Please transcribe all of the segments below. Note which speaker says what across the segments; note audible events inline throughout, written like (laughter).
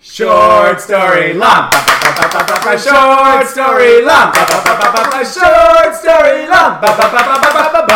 Speaker 1: Short story lump. Short story lump. Short story lump.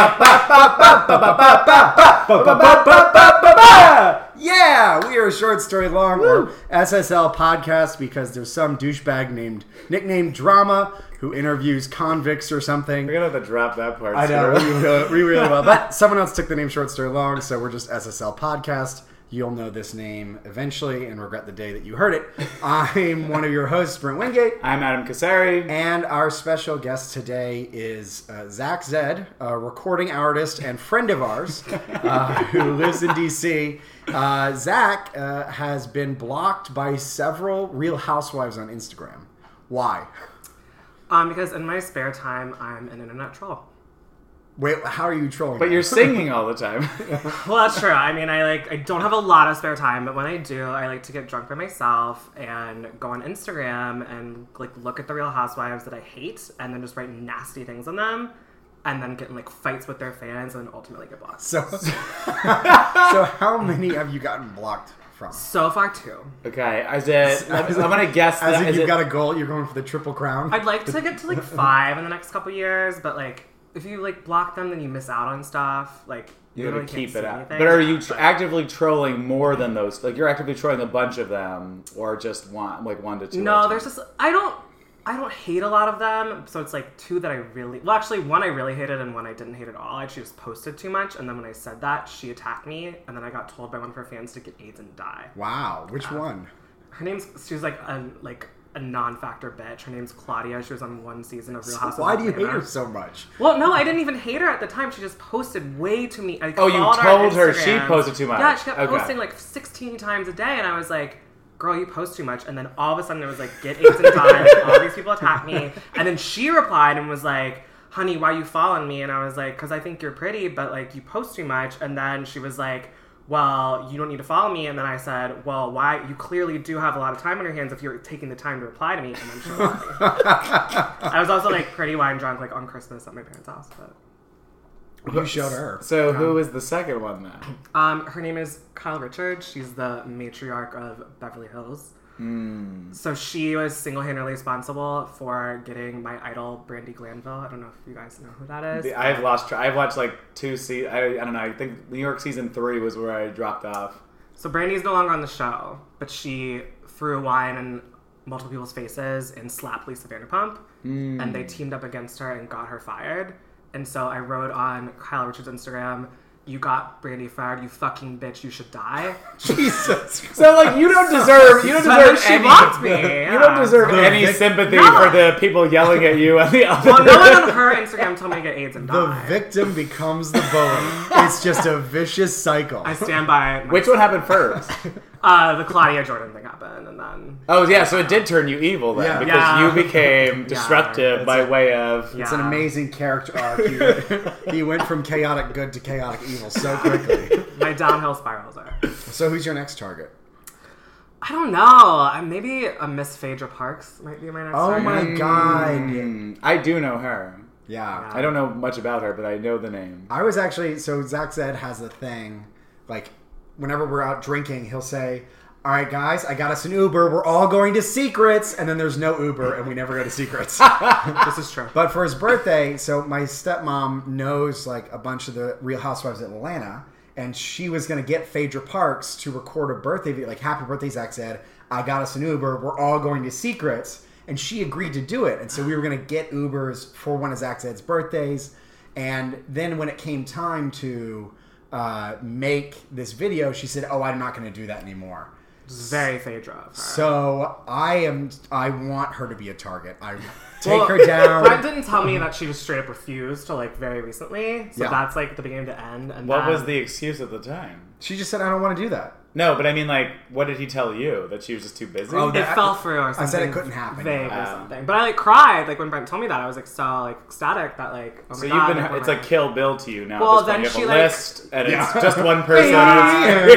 Speaker 2: Yeah, we are a short story long or SSL podcast because there's some douchebag named nicknamed Drama who interviews convicts or something.
Speaker 1: We're gonna have to drop that part.
Speaker 2: I know we
Speaker 1: soon.
Speaker 2: really, we really well, but someone else took the name short story long, so we're just SSL podcast. You'll know this name eventually and regret the day that you heard it. I'm one of your hosts, Brent Wingate.
Speaker 1: I'm Adam Kasari.
Speaker 2: And our special guest today is uh, Zach Zed, a recording artist and friend
Speaker 1: (laughs)
Speaker 2: of ours uh, who lives in DC. Uh, Zach uh, has been blocked by several Real Housewives on Instagram. Why?
Speaker 3: Um, because in my spare time, I'm an internet troll.
Speaker 2: Wait, how are you trolling?
Speaker 1: But you're singing all the time.
Speaker 3: Well, that's true. I mean, I like I don't have a lot of spare time, but when I do, I like to get drunk by myself and go on Instagram and like look at the Real Housewives that I hate, and then just write nasty things on them, and then get in like fights with their fans, and ultimately get
Speaker 1: (laughs)
Speaker 2: (laughs)
Speaker 3: blocked.
Speaker 2: so, so how many have you gotten blocked from?
Speaker 3: So far, two.
Speaker 1: Okay, is it? I'm, I'm gonna guess
Speaker 2: As
Speaker 1: that
Speaker 2: if
Speaker 1: is
Speaker 2: you've
Speaker 1: it,
Speaker 2: got a goal, you're going for the triple crown.
Speaker 3: I'd like to get
Speaker 1: (laughs)
Speaker 3: to like five in the next couple years, but like if you like block them, then you miss out on stuff. Like
Speaker 1: you gotta
Speaker 3: literally can't
Speaker 1: keep it
Speaker 3: see
Speaker 1: up.
Speaker 3: anything.
Speaker 1: But are you tr- actively trolling more than those? Like you're actively trolling a bunch of them, or just one, like one to two? at a
Speaker 3: No,
Speaker 1: time?
Speaker 3: there's just I don't I don't hate a lot of them, so it's like two that I really well actually one I really hated and one I didn't hate at all. I just posted too much, and then when I said that, she attacked me, and then I got told by one of her fans to get AIDS and die.
Speaker 2: Wow, which one?
Speaker 3: Her name's she's like a like a non-factor bitch. Her name's Claudia. She was on one season of Real Housewives.
Speaker 2: Why do you
Speaker 3: of
Speaker 2: hate her
Speaker 3: Atlanta.
Speaker 2: so much?
Speaker 3: Well, no, I didn't even hate her at the time. She just posted way too me. I
Speaker 1: Oh, you
Speaker 3: followed on
Speaker 1: told her she
Speaker 3: Instagram.
Speaker 1: posted too much.
Speaker 3: Yeah, she kept
Speaker 1: Okay.
Speaker 3: posting like 16 times a day, and I was like, "Girl, you post too much." And then all of a sudden, it was like, "Get AIDS and die." and all these people attack me, and then she replied and was like, "Honey, why you following me?" And I was like, "Cause I think you're pretty, but like you post too much." And then she was like. Well, you don't need to follow me. And then I said, Well, why? You clearly do have a lot of time on your hands if you're taking the time to reply to me. And then she blocked me. I was also like pretty wine drunk, like on Christmas at my parents' house. But
Speaker 2: You
Speaker 1: (laughs)
Speaker 2: showed her.
Speaker 1: So who is the second one then?
Speaker 3: Um, her name is Kyle Richards. She's the matriarch of Beverly Hills. So she was single-handedly responsible for getting my idol Brandy Glanville. I don't know if you guys know who that is.
Speaker 1: The- I've lost. Tra- I've watched like two se. I, I don't know. I think New York season three was where I dropped off.
Speaker 3: So Brandy's no longer on the show, but she threw wine in multiple people's faces and slapped Lisa Vanderpump, and they teamed up against her and got her fired. And so I wrote on Kyle Richards' Instagram, "You got Brandy fired, you fucking bitch, you should die."
Speaker 2: Jesus Christ.
Speaker 1: So like you don't deserve. You don't
Speaker 3: So
Speaker 1: deserve
Speaker 3: she
Speaker 1: any.
Speaker 3: blocked me.
Speaker 1: (laughs) You don't
Speaker 3: yeah.
Speaker 1: deserve
Speaker 2: The
Speaker 1: any
Speaker 2: vic-
Speaker 1: sympathy
Speaker 3: No.
Speaker 1: for the people yelling at you (laughs) on the other.
Speaker 3: Well, no one on her Instagram told me to get AIDS and
Speaker 2: The
Speaker 3: die.
Speaker 2: victim becomes the bully. it's just a vicious cycle.
Speaker 3: I stand by my,
Speaker 1: Which one happened first?
Speaker 3: uh, the Claudia Jordan thing happened, and then
Speaker 1: (laughs) Oh yeah, so it did turn you evil then
Speaker 2: Yeah.
Speaker 1: because
Speaker 3: Yeah.
Speaker 1: you (laughs) became disruptive
Speaker 2: That's
Speaker 1: by
Speaker 2: it.
Speaker 1: way of.
Speaker 3: yeah,
Speaker 2: It's an amazing character arc. He went, he went from chaotic good to chaotic evil so quickly.
Speaker 3: my downhill spirals are.
Speaker 2: So who's your next target?
Speaker 3: I don't know. I- Maybe a Miss Phaedra Parks might be my next.
Speaker 2: Oh
Speaker 3: target.
Speaker 2: my god.
Speaker 1: Mm, I do know her.
Speaker 2: Yeah.
Speaker 1: I don't know much about her, but I know the name.
Speaker 2: I was actually so Zach said has a thing, like whenever we're out drinking, he'll say, All right guys, I got us an Uber, we're all going to secrets and then there's no Uber and we never go to secrets. (laughs)
Speaker 3: This is true.
Speaker 2: But for his birthday, so my stepmom knows like a bunch of the Real Housewives of Atlanta, and she was gonna get Phaedra Parks to record a birthday video, like "Happy Birthday," Zach said. I got us an Uber. We're all going to Secrets, and she agreed to do it. And so we were gonna get Ubers for one of Zach said's birthdays, and then when it came time to uh, make this video, she said, "Oh, I'm not gonna do that anymore."
Speaker 3: Very Phaedra. of her.
Speaker 2: So I am. I want her to be a target. I take
Speaker 3: Well,
Speaker 2: her down.
Speaker 3: Brett didn't tell me (laughs) that she just straight up refused to like very recently. So
Speaker 2: Yeah.
Speaker 3: that's like the beginning to end. And
Speaker 1: What
Speaker 3: then-
Speaker 1: was the excuse at the time?
Speaker 2: She just said, "I don't want to do that."
Speaker 1: No, but I mean, like, what did he tell you that she was just too busy?
Speaker 2: Oh,
Speaker 3: It
Speaker 2: that-
Speaker 3: fell through or something.
Speaker 2: said it couldn't happen.
Speaker 3: Vague or
Speaker 1: Um,
Speaker 3: something. But I like cried like when Brent told me that. I was like so like ecstatic that like. Oh my
Speaker 1: so
Speaker 3: god,
Speaker 1: you've
Speaker 3: like,
Speaker 1: been—it's
Speaker 3: when
Speaker 1: like Kill Bill to you now.
Speaker 3: Well,
Speaker 1: at this point.
Speaker 3: then
Speaker 1: you
Speaker 3: she,
Speaker 1: have a
Speaker 3: like-
Speaker 1: list, and it's just one person.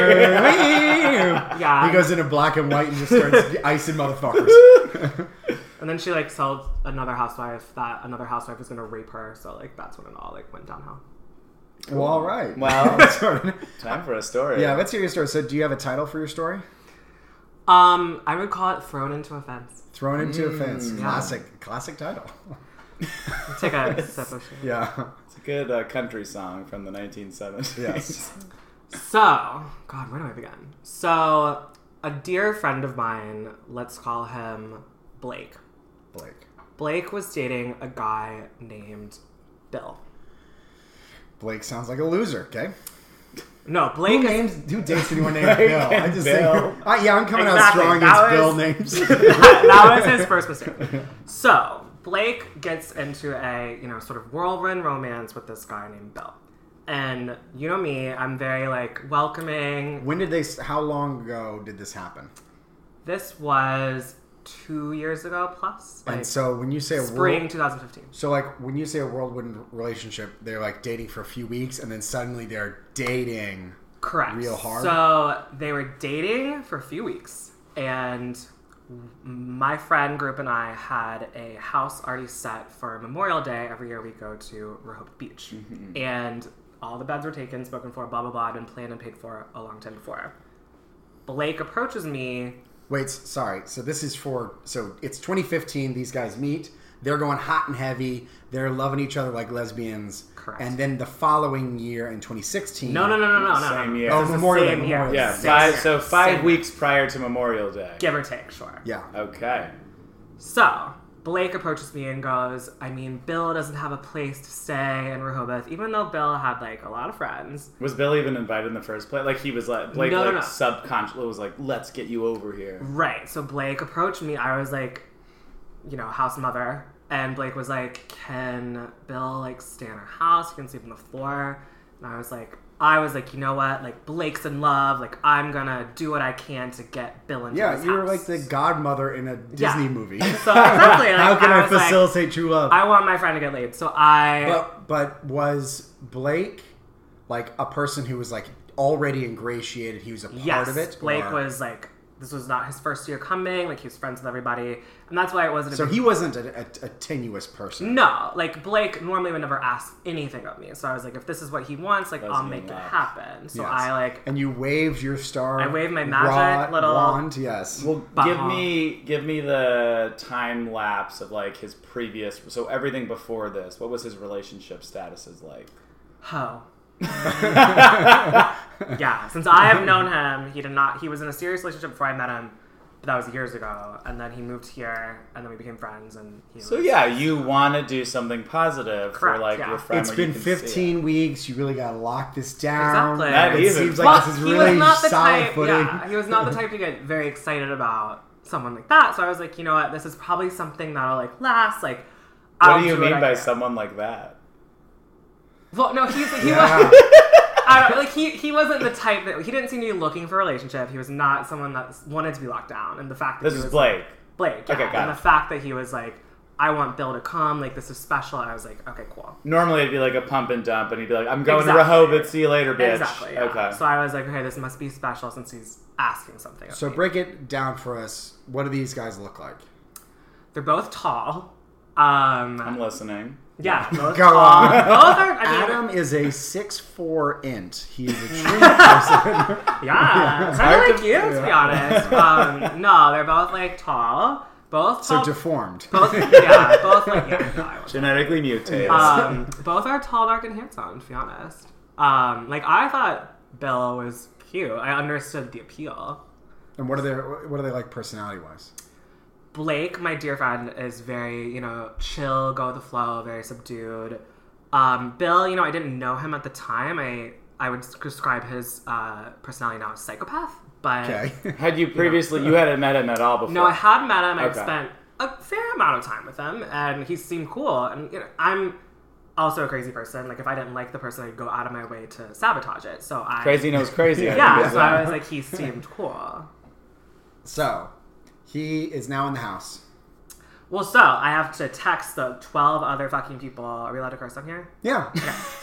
Speaker 3: (laughs) I- yeah.
Speaker 2: He goes into black and white and just starts icing motherfuckers.
Speaker 3: And then she like sold another housewife that another housewife was gonna rape her, so like that's when it all like went downhill.
Speaker 2: Well, all right.
Speaker 1: Well.
Speaker 2: (laughs) That's all right.
Speaker 1: Time for a story.
Speaker 2: yeah, let's hear your story. So, do you have a title for your story?
Speaker 3: Um, I would call it thrown into a fence.
Speaker 2: Thrown into a fence. Classic, classic title. (laughs)
Speaker 3: Take a sip of shit.
Speaker 2: Yeah.
Speaker 1: It's a good uh, country song from the 1970s.
Speaker 2: Yes.
Speaker 3: So, God, where do I begin? So, a dear friend of mine, let's call him Blake.
Speaker 2: Blake.
Speaker 3: Blake was dating a guy named Bill.
Speaker 2: Blake sounds like a loser. Okay.
Speaker 3: No,
Speaker 2: Who
Speaker 3: Blake is
Speaker 2: names? Who dates anyone named Bill? I just
Speaker 1: Bill.
Speaker 2: think. I, yeah, I'm coming out
Speaker 3: Exactly.
Speaker 2: strong
Speaker 3: That
Speaker 2: against Bill names.
Speaker 3: that was his first mistake. So Blake gets into a you know sort of whirlwind romance with this guy named Bill, and you know me, I'm very like welcoming.
Speaker 2: when did they? s- How long ago did this happen?
Speaker 3: This was two years ago plus, like
Speaker 2: And so when you say a
Speaker 3: spring
Speaker 2: World,
Speaker 3: 2015.
Speaker 2: so like when you say a whirlwind relationship, they're like dating for a few weeks and then suddenly they're dating.
Speaker 3: Correct.
Speaker 2: Real hard?
Speaker 3: So they were dating for a few weeks, and my friend group and I had a house already set for Memorial Day. Every year we go to Rehoboth Beach,
Speaker 2: Mm-hmm.
Speaker 3: and all the beds were taken, spoken for, blah blah blah, had been planned and paid for a long time before. Blake approaches me.
Speaker 2: Wait, s- sorry. So this is for so it's 2015. These guys meet. They're going hot and heavy. They're loving each other like lesbians.
Speaker 3: Correct.
Speaker 2: And then the following year in 2016.
Speaker 3: No, no, no, no, no, no, no.
Speaker 1: Same year.
Speaker 2: Oh,
Speaker 3: This is the
Speaker 2: Memorial Day,
Speaker 3: same year.
Speaker 2: Memorial Day.
Speaker 1: (laughs) Yeah,
Speaker 3: Same
Speaker 1: five,
Speaker 3: year.
Speaker 1: so five
Speaker 3: Same year.
Speaker 1: weeks prior to Memorial Day.
Speaker 3: give or take, sure.
Speaker 2: Yeah.
Speaker 1: Okay.
Speaker 3: So Blake approaches me and goes, I mean, Bill doesn't have a place to stay in Rehoboth, even though Bill had like a lot of friends.
Speaker 1: Was Bill even invited in the first place? Like he was like Blake
Speaker 3: No, no,
Speaker 1: like
Speaker 3: no.
Speaker 1: subconsciously was like, "Let's get you over here."
Speaker 3: Right. So Blake approached me. I was like, you know, house mother. And Blake was like, Can Bill like stay in our house? He can sleep on the floor. And I was like, I was like, you know what? Like Blake's in love. Like I'm gonna do what I can to get Bill into
Speaker 2: Yeah,
Speaker 3: this
Speaker 2: you were like
Speaker 3: house."
Speaker 2: the godmother in a Disney
Speaker 3: (laughs)
Speaker 2: movie.
Speaker 3: so exactly.
Speaker 2: (laughs)
Speaker 3: Like,
Speaker 2: How can I,
Speaker 3: was like,
Speaker 2: facilitate true love?
Speaker 3: I want my friend to get laid. So I
Speaker 2: but, but was Blake like a person who was like already ingratiated? He was a part
Speaker 3: yes,
Speaker 2: of it.
Speaker 3: Blake
Speaker 2: or-
Speaker 3: was like, this was not his first year coming. Like he was friends with everybody, and that's why it wasn't. a
Speaker 2: So
Speaker 3: big-
Speaker 2: he wasn't a, a, a tenuous person.
Speaker 3: no, like Blake normally would never ask anything of me. So I was like, if this is what he wants, like I'll
Speaker 1: mean
Speaker 3: make it
Speaker 1: love.
Speaker 3: happen. So
Speaker 2: Yes.
Speaker 3: I like
Speaker 2: and you waved your star.
Speaker 3: I waved my magic little-
Speaker 2: wand. Yes.
Speaker 1: Well,
Speaker 3: Bah.
Speaker 1: give me give me the time lapse of like his previous so everything before this. What was his relationship statuses like?
Speaker 3: ho. yeah, since I have known him, he did not. He was in a serious relationship before I met him, but that was years ago. And then he moved here, and then we became friends. And he
Speaker 1: So
Speaker 3: was-
Speaker 1: yeah, you want to do something positive
Speaker 3: Correct,
Speaker 1: for like
Speaker 3: yeah.
Speaker 1: your friend.
Speaker 2: It's
Speaker 1: where you
Speaker 2: been
Speaker 1: can see it.
Speaker 2: 15 weeks. You really got to lock this down.
Speaker 3: Exactly. Not
Speaker 2: it
Speaker 1: even.
Speaker 2: seems like
Speaker 1: Well,
Speaker 2: this is
Speaker 3: he
Speaker 2: really
Speaker 3: was not the
Speaker 2: solid
Speaker 3: type.
Speaker 2: footing.
Speaker 3: Yeah, he was not the type to get very excited about someone like that. So I was like, you know what, this is probably something that'll like last. Like,
Speaker 1: What
Speaker 3: I'll
Speaker 1: do you mean
Speaker 3: it, I
Speaker 1: by
Speaker 3: guess.
Speaker 1: someone like that?
Speaker 3: Well, no, he's he was (laughs)
Speaker 2: Yeah.
Speaker 3: I don't, like he he wasn't the type that he didn't seem to be looking for a relationship. He was not someone that wanted to be locked down. And the fact that
Speaker 1: This
Speaker 3: he
Speaker 1: is
Speaker 3: was
Speaker 1: Blake.
Speaker 3: Blake, yeah.
Speaker 1: Okay, got
Speaker 3: and
Speaker 1: it.
Speaker 3: the fact that he was like, I want Bill to come. Like this is special. I was like, okay, cool.
Speaker 1: Normally it'd be like a pump and dump, and he'd be like, "I'm going
Speaker 3: Exactly.
Speaker 1: to Rehoboth. See you later, bitch."
Speaker 3: Exactly. yeah.
Speaker 1: Okay.
Speaker 3: So I was like, okay, this must be special since he's asking something. of
Speaker 2: So
Speaker 3: me.
Speaker 2: break it down for us. What do these guys look like?
Speaker 3: They're both tall. Um,
Speaker 1: I'm listening.
Speaker 3: yeah, both
Speaker 2: Go
Speaker 3: tall.
Speaker 2: on.
Speaker 3: Both are. (laughs) I mean,
Speaker 2: Adam is a six four int. He is a
Speaker 3: (laughs)
Speaker 2: true person.
Speaker 3: yeah, kind of like you, to be honest. Um, no, they're both like tall.
Speaker 2: (laughs)
Speaker 3: Both
Speaker 2: so
Speaker 3: tall.
Speaker 2: deformed.
Speaker 3: both, yeah, both like yeah. no, I wasn't.
Speaker 1: Genetically mutated.
Speaker 3: um, (laughs) both are tall, dark, and handsome. To be honest, um, like I thought Bill was cute. I understood the appeal.
Speaker 2: And what are they? What are they like personality wise?
Speaker 3: Blake, my dear friend, is very, you know, chill, go with the flow, very subdued. Um, Bill, you know, I didn't know him at the time. I I would describe his uh, personality now as psychopath, but
Speaker 2: Okay.
Speaker 1: Had you previously you hadn't met him at all before?
Speaker 3: no, I had met him. I
Speaker 1: Okay.
Speaker 3: spent a fair amount of time with him, and he seemed cool. And you know, I'm also a crazy person. Like, if I didn't like the person, I'd go out of my way to sabotage it. So I
Speaker 1: Crazy knows crazy. uh, I think
Speaker 3: (laughs) Yeah,
Speaker 1: is
Speaker 3: so
Speaker 1: that.
Speaker 3: I was like,
Speaker 2: (laughs)
Speaker 3: he seemed cool.
Speaker 2: (laughs) so he is now in the house.
Speaker 3: Well, so I have to text the twelve other fucking people. Are we allowed to curse on here?
Speaker 2: Yeah.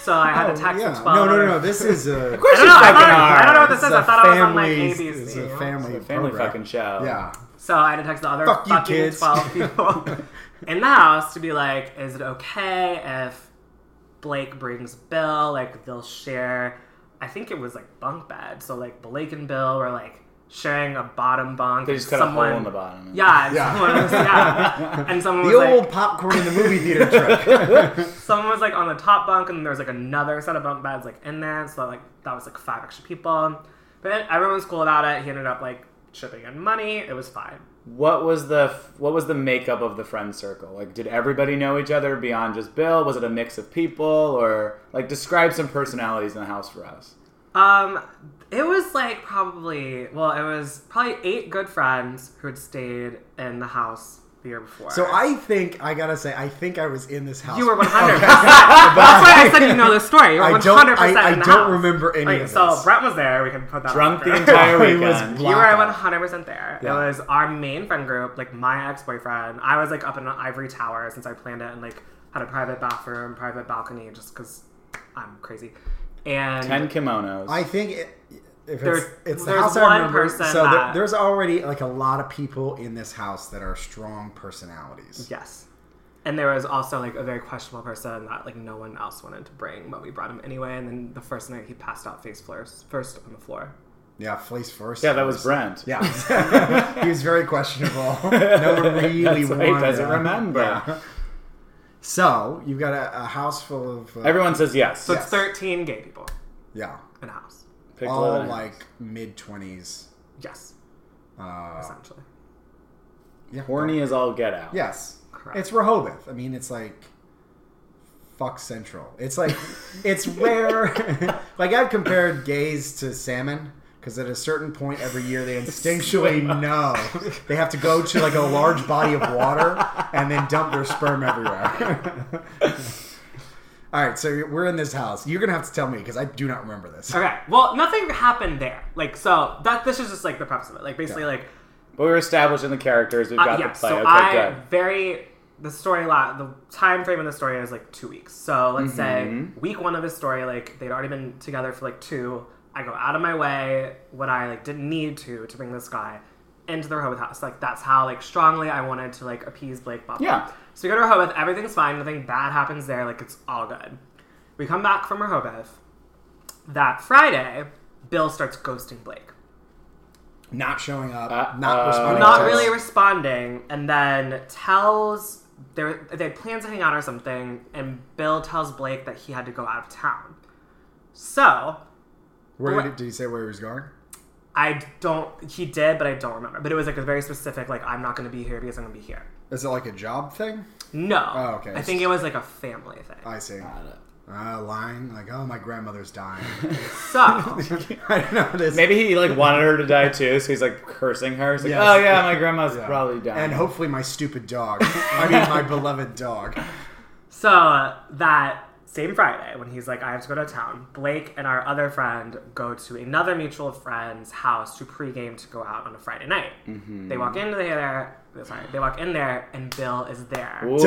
Speaker 3: So I had
Speaker 2: Oh,
Speaker 3: to text
Speaker 2: yeah.
Speaker 3: the twelve.
Speaker 2: No, no, no,
Speaker 3: other-
Speaker 2: no. This is a.
Speaker 3: I don't know. I,
Speaker 1: Fucking
Speaker 3: thought, (laughs) I don't know
Speaker 1: hard.
Speaker 3: what this is.
Speaker 2: a
Speaker 3: I thought I was on like
Speaker 2: family's-
Speaker 3: ABC.
Speaker 2: It's a
Speaker 1: It's
Speaker 2: family,
Speaker 1: a family
Speaker 2: program.
Speaker 1: fucking show.
Speaker 2: Yeah.
Speaker 3: So I had to text the other
Speaker 2: Fuck you,
Speaker 3: fucking
Speaker 2: kids. (laughs)
Speaker 3: twelve people in the house to be like, is it okay if Blake brings Bill? Like they'll share. I think it was like bunk bed. So like Blake and Bill were like sharing a bottom bunk.
Speaker 1: They just cut
Speaker 3: someone,
Speaker 1: a hole in the bottom.
Speaker 3: Yeah,
Speaker 2: Yeah.
Speaker 3: (laughs) Someone was, yeah.
Speaker 2: (laughs)
Speaker 3: And someone
Speaker 2: The
Speaker 3: was
Speaker 2: old
Speaker 3: like,
Speaker 2: popcorn in the movie
Speaker 3: (laughs)
Speaker 2: theater trick.
Speaker 3: someone was like on the top bunk, and there was like another set of bunk beds like in there, so like that was like five extra people. But everyone was cool about it. He ended up like chipping in money. It was fine.
Speaker 1: What was the what was the makeup of the friend circle? Like, did everybody know each other beyond just Bill? Was it a mix of people, or like describe some personalities in the house for us?
Speaker 3: Um, it was like probably well, it was probably eight good friends who had stayed in the house the year before.
Speaker 2: So I think I gotta say I think I was in this house.
Speaker 3: you were one hundred. percent
Speaker 2: (laughs)
Speaker 3: That's why I said you know the story. You were
Speaker 2: I
Speaker 3: one
Speaker 2: don't.
Speaker 3: hundred
Speaker 2: I,
Speaker 3: percent.
Speaker 2: I don't remember any
Speaker 3: Like,
Speaker 2: of
Speaker 3: so
Speaker 2: this.
Speaker 3: Brett was there. We can put that
Speaker 1: Drunk
Speaker 3: on (laughs)
Speaker 1: the
Speaker 3: record.
Speaker 1: entire
Speaker 2: It was
Speaker 1: weekend.
Speaker 2: bl-
Speaker 3: You were
Speaker 2: blackout.
Speaker 3: 100% there.
Speaker 2: Yeah.
Speaker 3: It was our main friend group, like my ex boyfriend. I was like up in an ivory tower since I planned it and like had a private bathroom, private balcony just because I'm crazy. And
Speaker 1: Ten kimonos.
Speaker 2: I think it, if it's,
Speaker 3: There's-
Speaker 2: it's the
Speaker 3: there's
Speaker 2: house I
Speaker 3: one
Speaker 2: remember.
Speaker 3: person
Speaker 2: so there,
Speaker 3: that-
Speaker 2: there's already like a lot of people in this house that are strong personalities.
Speaker 3: Yes. And there was also like a very questionable person that like no one else wanted to bring, but we brought him anyway. And then the first night he passed out face first, first on the floor.
Speaker 2: Yeah, Flace first.
Speaker 1: yeah, that was Brent.
Speaker 2: Yeah, (laughs) he was
Speaker 1: (laughs)
Speaker 2: very questionable. No one really
Speaker 1: That's why
Speaker 2: wanted.
Speaker 1: he doesn't
Speaker 2: him.
Speaker 1: remember.
Speaker 2: Yeah. So you've got a, a house full of uh,
Speaker 1: Everyone says yes.
Speaker 3: So
Speaker 2: Yes.
Speaker 3: it's 13 gay people
Speaker 2: yeah,
Speaker 3: in a house.
Speaker 1: Pick
Speaker 2: all
Speaker 1: 11.
Speaker 2: like mid twenties.
Speaker 3: Yes,
Speaker 2: Uh,
Speaker 3: essentially.
Speaker 2: yeah,
Speaker 1: horny as all get out.
Speaker 2: Yes,
Speaker 3: Correct.
Speaker 2: it's Rehoboth. I mean, it's like fuck central. It's like it's where (laughs) like I've compared gays to salmon because at a certain point every year they
Speaker 3: (laughs)
Speaker 2: instinctually know they have to go to like a large body of water and then dump their sperm everywhere. (laughs) All right, so we're in this house. You're gonna have to tell me because I do not remember this.
Speaker 3: Okay. Well, nothing happened there. Like, so that this is just like the premise of it. Like, basically,
Speaker 2: Yeah.
Speaker 3: like,
Speaker 1: But we were establishing the characters. We've
Speaker 3: uh,
Speaker 1: got
Speaker 3: yeah.
Speaker 1: the play.
Speaker 3: So
Speaker 1: okay,
Speaker 3: I
Speaker 1: good.
Speaker 3: very the story lot the time frame of the story is like two weeks. So let's
Speaker 1: Mm-hmm.
Speaker 3: say week one of his story, like they'd already been together for like two. I go out of my way what I like didn't need to to bring this guy into the Rehoboth house. Like that's how like strongly I wanted to like appease Blake. Blah blah.
Speaker 1: Yeah.
Speaker 3: So we go to Rehoboth. Everything's fine. Nothing bad happens there. Like it's all good. We come back from Rehoboth. That Friday, Bill starts ghosting Blake.
Speaker 2: Not showing up,
Speaker 1: Uh,
Speaker 2: not
Speaker 1: uh,
Speaker 2: responding. to
Speaker 3: not
Speaker 2: texts.
Speaker 3: really responding, and then tells they were- they had plans to hang out or something, and Bill tells Blake that he had to go out of town. So
Speaker 2: Where did, did he say where he was going?
Speaker 3: I don't. He did, but I don't remember. But it was like a very specific, like I'm not going to be here because I'm going to be here.
Speaker 2: Is it like a job thing?
Speaker 3: No.
Speaker 2: Oh, okay.
Speaker 3: I think it was like a family thing.
Speaker 2: I see.
Speaker 1: Got it.
Speaker 2: Uh, lying, like, oh, my grandmother's dying. (laughs)
Speaker 3: So
Speaker 2: I don't know this.
Speaker 1: Maybe he like wanted her to die too, so he's like cursing her. He's like,
Speaker 2: Yes.
Speaker 1: "Oh yeah, my grandma's
Speaker 2: Yeah.
Speaker 1: probably dying."
Speaker 2: And (laughs) hopefully, my stupid dog. I mean, my beloved dog.
Speaker 3: So that same Friday, when he's like, I have to go to town, Blake and our other friend go to another mutual friend's house to pregame to go out on a Friday night.
Speaker 2: Mm-hmm.
Speaker 3: They walk into there. Sorry, they walk in there, and Bill is there.
Speaker 1: Whoa.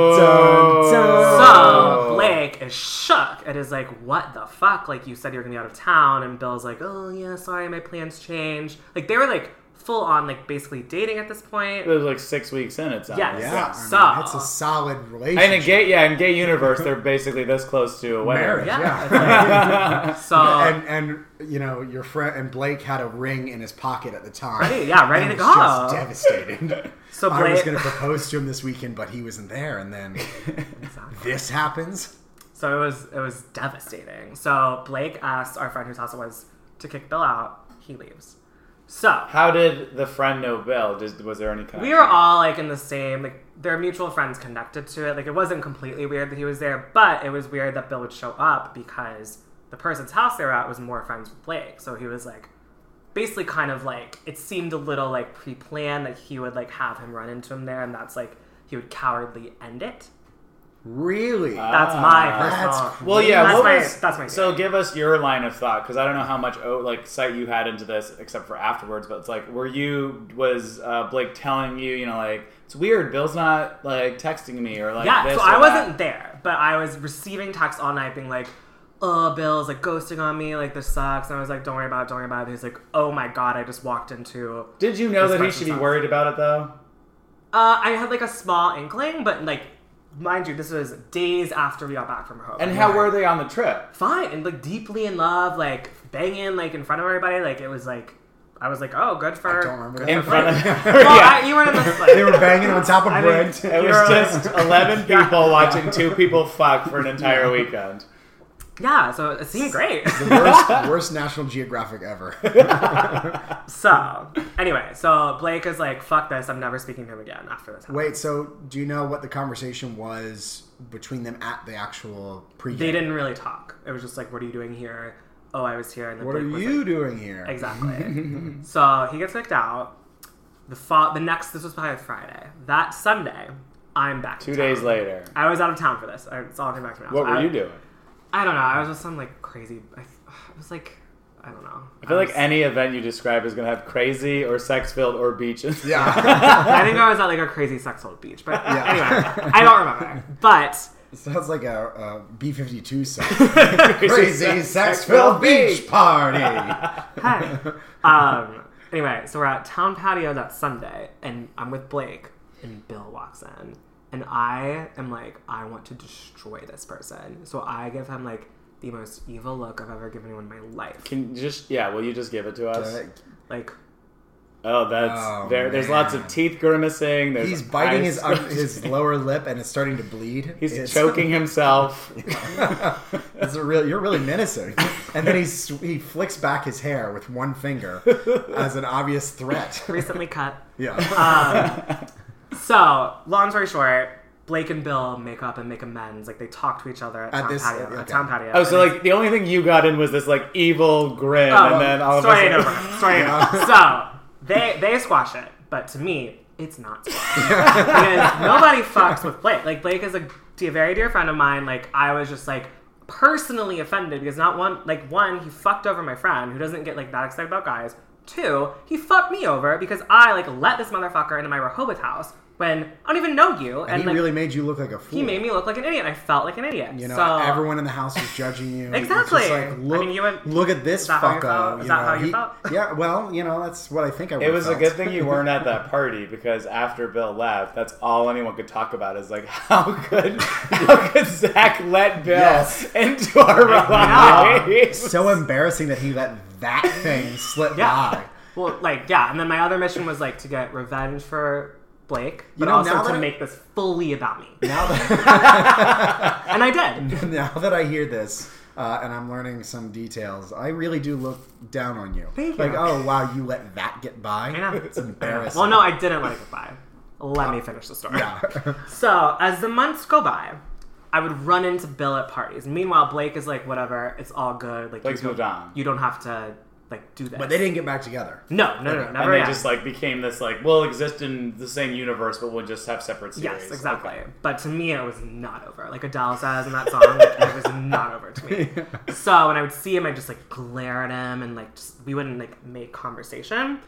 Speaker 2: Dun, dun,
Speaker 3: So Blake is shook and is like, "What the fuck? Like you said you're gonna be out of town," and Bill's like, "Oh yeah, sorry, my plans changed." Like they were like full on like basically dating at this
Speaker 1: It
Speaker 3: point.
Speaker 1: was like six weeks in. It sounds.
Speaker 3: Yes.
Speaker 1: like.
Speaker 2: Yeah, I
Speaker 3: So-
Speaker 2: mean, it's a
Speaker 1: In
Speaker 2: solid
Speaker 1: a
Speaker 2: relationship.
Speaker 1: gay, yeah, in gay universe, they're basically this close to a wedding.
Speaker 2: Marriage.
Speaker 3: Yeah,
Speaker 2: Yeah.
Speaker 3: it's like- so
Speaker 2: (laughs) And and you know your friend and Blake had a ring in his pocket at the time.
Speaker 3: Ready, yeah, ready
Speaker 2: and
Speaker 3: to
Speaker 2: was Just
Speaker 3: go.
Speaker 2: devastated.
Speaker 3: so Blake
Speaker 2: I was going to propose to him this weekend, but he wasn't there, and then this happens.
Speaker 3: So it was it was devastating. So Blake asks our friend whose house it was to kick Bill out. He leaves. So
Speaker 1: How did the friend know Bill? Just, was there any kind?
Speaker 3: we were all like in the same like their mutual friends connected to it. Like it wasn't completely weird that he was there, but it was weird that Bill would show up because the person's house they were at was more friends with Blake. So he was like basically kind of like it seemed a little like pre-planned that he would like have him run into him there and that's like he would cowardly end it.
Speaker 2: Really?
Speaker 3: That's my personal
Speaker 2: that's
Speaker 1: Ah. Well, yeah.
Speaker 3: That's
Speaker 1: what
Speaker 3: my-
Speaker 1: was-
Speaker 3: that's my
Speaker 1: So give us your line of thought because I don't know how much oh, like sight you had into this, except for afterwards. But it's like, were you was uh, Blake telling you, you know, like it's weird. Bill's not like texting me or like.
Speaker 3: Yeah,
Speaker 1: this
Speaker 3: so
Speaker 1: or
Speaker 3: I
Speaker 1: that.
Speaker 3: wasn't there, but I was receiving texts all night being like, oh, Bill's like ghosting on me, like this sucks. And I was like, don't worry about it, don't worry about it. And he's like, oh my god, I just walked into.
Speaker 1: Did you know
Speaker 3: This
Speaker 1: that he
Speaker 3: person's
Speaker 1: should be
Speaker 3: house.
Speaker 1: worried about it though?
Speaker 3: Uh, I had like a small inkling, but like, mind you, this was days after we got back from home.
Speaker 1: And how
Speaker 2: Right.
Speaker 1: were they on the trip?
Speaker 3: fine, and like deeply in love, like banging, like in front of everybody. Like it was like I was like, oh, good for.
Speaker 2: I don't remember that.
Speaker 1: in front of
Speaker 3: (laughs)
Speaker 1: (laughs)
Speaker 3: Well,
Speaker 1: yeah.
Speaker 3: I, you went in this
Speaker 1: (laughs)
Speaker 2: they were banging on top of
Speaker 3: I
Speaker 2: bread.
Speaker 3: think-
Speaker 1: It was
Speaker 3: You're-
Speaker 1: just eleven
Speaker 2: (laughs)
Speaker 1: people watching two people fuck for an entire weekend.
Speaker 3: yeah, so it seemed great. (laughs)
Speaker 2: the worst, worst National Geographic ever.
Speaker 3: so anyway, so Blake is like, fuck this, I'm never speaking to him again after this. happened.
Speaker 2: Wait, so do you know what the conversation was between them at the actual pregame?
Speaker 3: They didn't really talk. It was just like, what are you doing here? Oh, I was here. And then
Speaker 2: What are
Speaker 3: Blake was
Speaker 2: you
Speaker 3: like-
Speaker 2: doing here?
Speaker 1: (laughs)
Speaker 3: Exactly. so he gets kicked out. The fall, the next, this was probably Friday. That Sunday, I'm back.
Speaker 1: Two days later,
Speaker 3: I was out of town for this. I- It's all came back to me. now.
Speaker 1: what
Speaker 3: So
Speaker 1: were
Speaker 3: I,
Speaker 1: you doing?
Speaker 3: I don't know. I was with some like crazy. I, it was like, I don't know.
Speaker 1: I feel like
Speaker 3: was-
Speaker 1: any event you describe is gonna have crazy or sex filled or beaches. (laughs)
Speaker 3: (laughs)
Speaker 2: Yeah.
Speaker 3: (laughs)
Speaker 2: (laughs)
Speaker 3: I think I was at like a crazy sex old beach, but
Speaker 2: Yeah.
Speaker 3: anyway, I
Speaker 1: (laughs)
Speaker 3: don't remember. But
Speaker 2: Sounds like a, a B 52
Speaker 3: (laughs)
Speaker 2: song. Crazy sex filled beach
Speaker 3: (laughs)
Speaker 2: party.
Speaker 3: hey, um, anyway, so we're at town patio that Sunday, and I'm with Blake, and Bill walks in, and I am like, I want to destroy this person, so I give him like the most evil look I've ever given anyone in my life,
Speaker 1: Can you just yeah, will you just give it to us?
Speaker 2: Uh,
Speaker 3: like.
Speaker 1: Oh, that's
Speaker 2: Oh,
Speaker 1: there. There's lots of
Speaker 2: man.
Speaker 1: teeth grimacing. There's
Speaker 2: He's biting
Speaker 1: eyes
Speaker 2: his un- his lower lip and it's starting to bleed.
Speaker 1: (laughs) He's
Speaker 2: It's-
Speaker 1: choking himself.
Speaker 2: (laughs) it's a real, you're really menacing. And then he's, he flicks back his hair with one
Speaker 3: (laughs)
Speaker 2: finger as an obvious threat. (laughs)
Speaker 3: Recently cut. (laughs)
Speaker 2: Yeah.
Speaker 3: So, long story short, Blake and Bill make up and make amends. Like they talk to each other at,
Speaker 2: At
Speaker 3: town
Speaker 2: this-
Speaker 3: patio. At
Speaker 2: okay.
Speaker 3: town patio.
Speaker 1: Oh, so like the only thing you got in was this like evil grin,
Speaker 2: Oh,
Speaker 3: Um,
Speaker 1: and then all of
Speaker 3: story
Speaker 1: a
Speaker 3: ain't
Speaker 1: sudden,
Speaker 3: over. Story ain't
Speaker 1: (laughs)
Speaker 3: over. So they they squash it, but to me,
Speaker 1: (laughs)
Speaker 3: it's not squash because nobody fucks with Blake. Like Blake is a, a very dear friend of mine. Like I was just like personally offended because not one like one he fucked over my friend who doesn't get like that excited about guys. Two, he fucked me over because I like let this motherfucker into my Rehoboth house when I don't even know you, and,
Speaker 2: and he
Speaker 3: like
Speaker 2: really made you look like a fool.
Speaker 3: he made me look like an idiot. I felt like an idiot.
Speaker 2: You know,
Speaker 3: so,
Speaker 2: everyone in the house was judging you. It's
Speaker 3: Exactly.
Speaker 2: just
Speaker 3: I
Speaker 2: like, look,
Speaker 3: mean, you went-
Speaker 2: look at this
Speaker 3: Is that how you
Speaker 2: fucko.
Speaker 3: felt? Is that how you felt?
Speaker 2: (laughs) Yeah, well, you know, that's what I think I would
Speaker 1: it was a good thing you
Speaker 2: (laughs)
Speaker 1: weren't at
Speaker 3: (laughs)
Speaker 1: that party because after Bill left, that's all anyone could talk about is like (laughs) how could how could Zach let Bill
Speaker 2: Yes.
Speaker 1: into our lives?
Speaker 2: so embarrassing that he let
Speaker 3: (laughs)
Speaker 2: that thing slip
Speaker 3: Yeah.
Speaker 2: by.
Speaker 3: Well, like yeah, and then my other mission was like to get revenge for Blake, but
Speaker 2: know, now that
Speaker 3: also to
Speaker 2: I-
Speaker 3: make this fully about me,
Speaker 2: Now
Speaker 3: (laughs)
Speaker 2: that, (laughs)
Speaker 3: and I did.
Speaker 2: now that I hear this uh, and I'm learning some details, I really do look down on you.
Speaker 3: Thank you.
Speaker 2: like, oh, wow, you let that get by?
Speaker 3: I know.
Speaker 2: It's embarrassing. Uh,
Speaker 3: Well, no, I didn't let it go by. Let me finish the story. So as the months go by, I would run into Bill at parties. Meanwhile, Blake is like, whatever, it's all good. Like
Speaker 1: Blake's
Speaker 3: you
Speaker 1: moved
Speaker 3: don't,
Speaker 1: on.
Speaker 3: You don't have to like do this.
Speaker 2: but they didn't get back
Speaker 3: (laughs)
Speaker 2: together.
Speaker 3: No, no, no, no
Speaker 1: And
Speaker 3: never.
Speaker 1: they
Speaker 3: again.
Speaker 1: just like became this like we'll exist in the same universe, but we'll just have separate series.
Speaker 3: Yes, exactly. But to me, it was not over. Like Adele says in that song, like, it was not over to me.
Speaker 2: (laughs)
Speaker 3: So when I would see him, I'd just like glare at him and like just, we wouldn't like make conversation.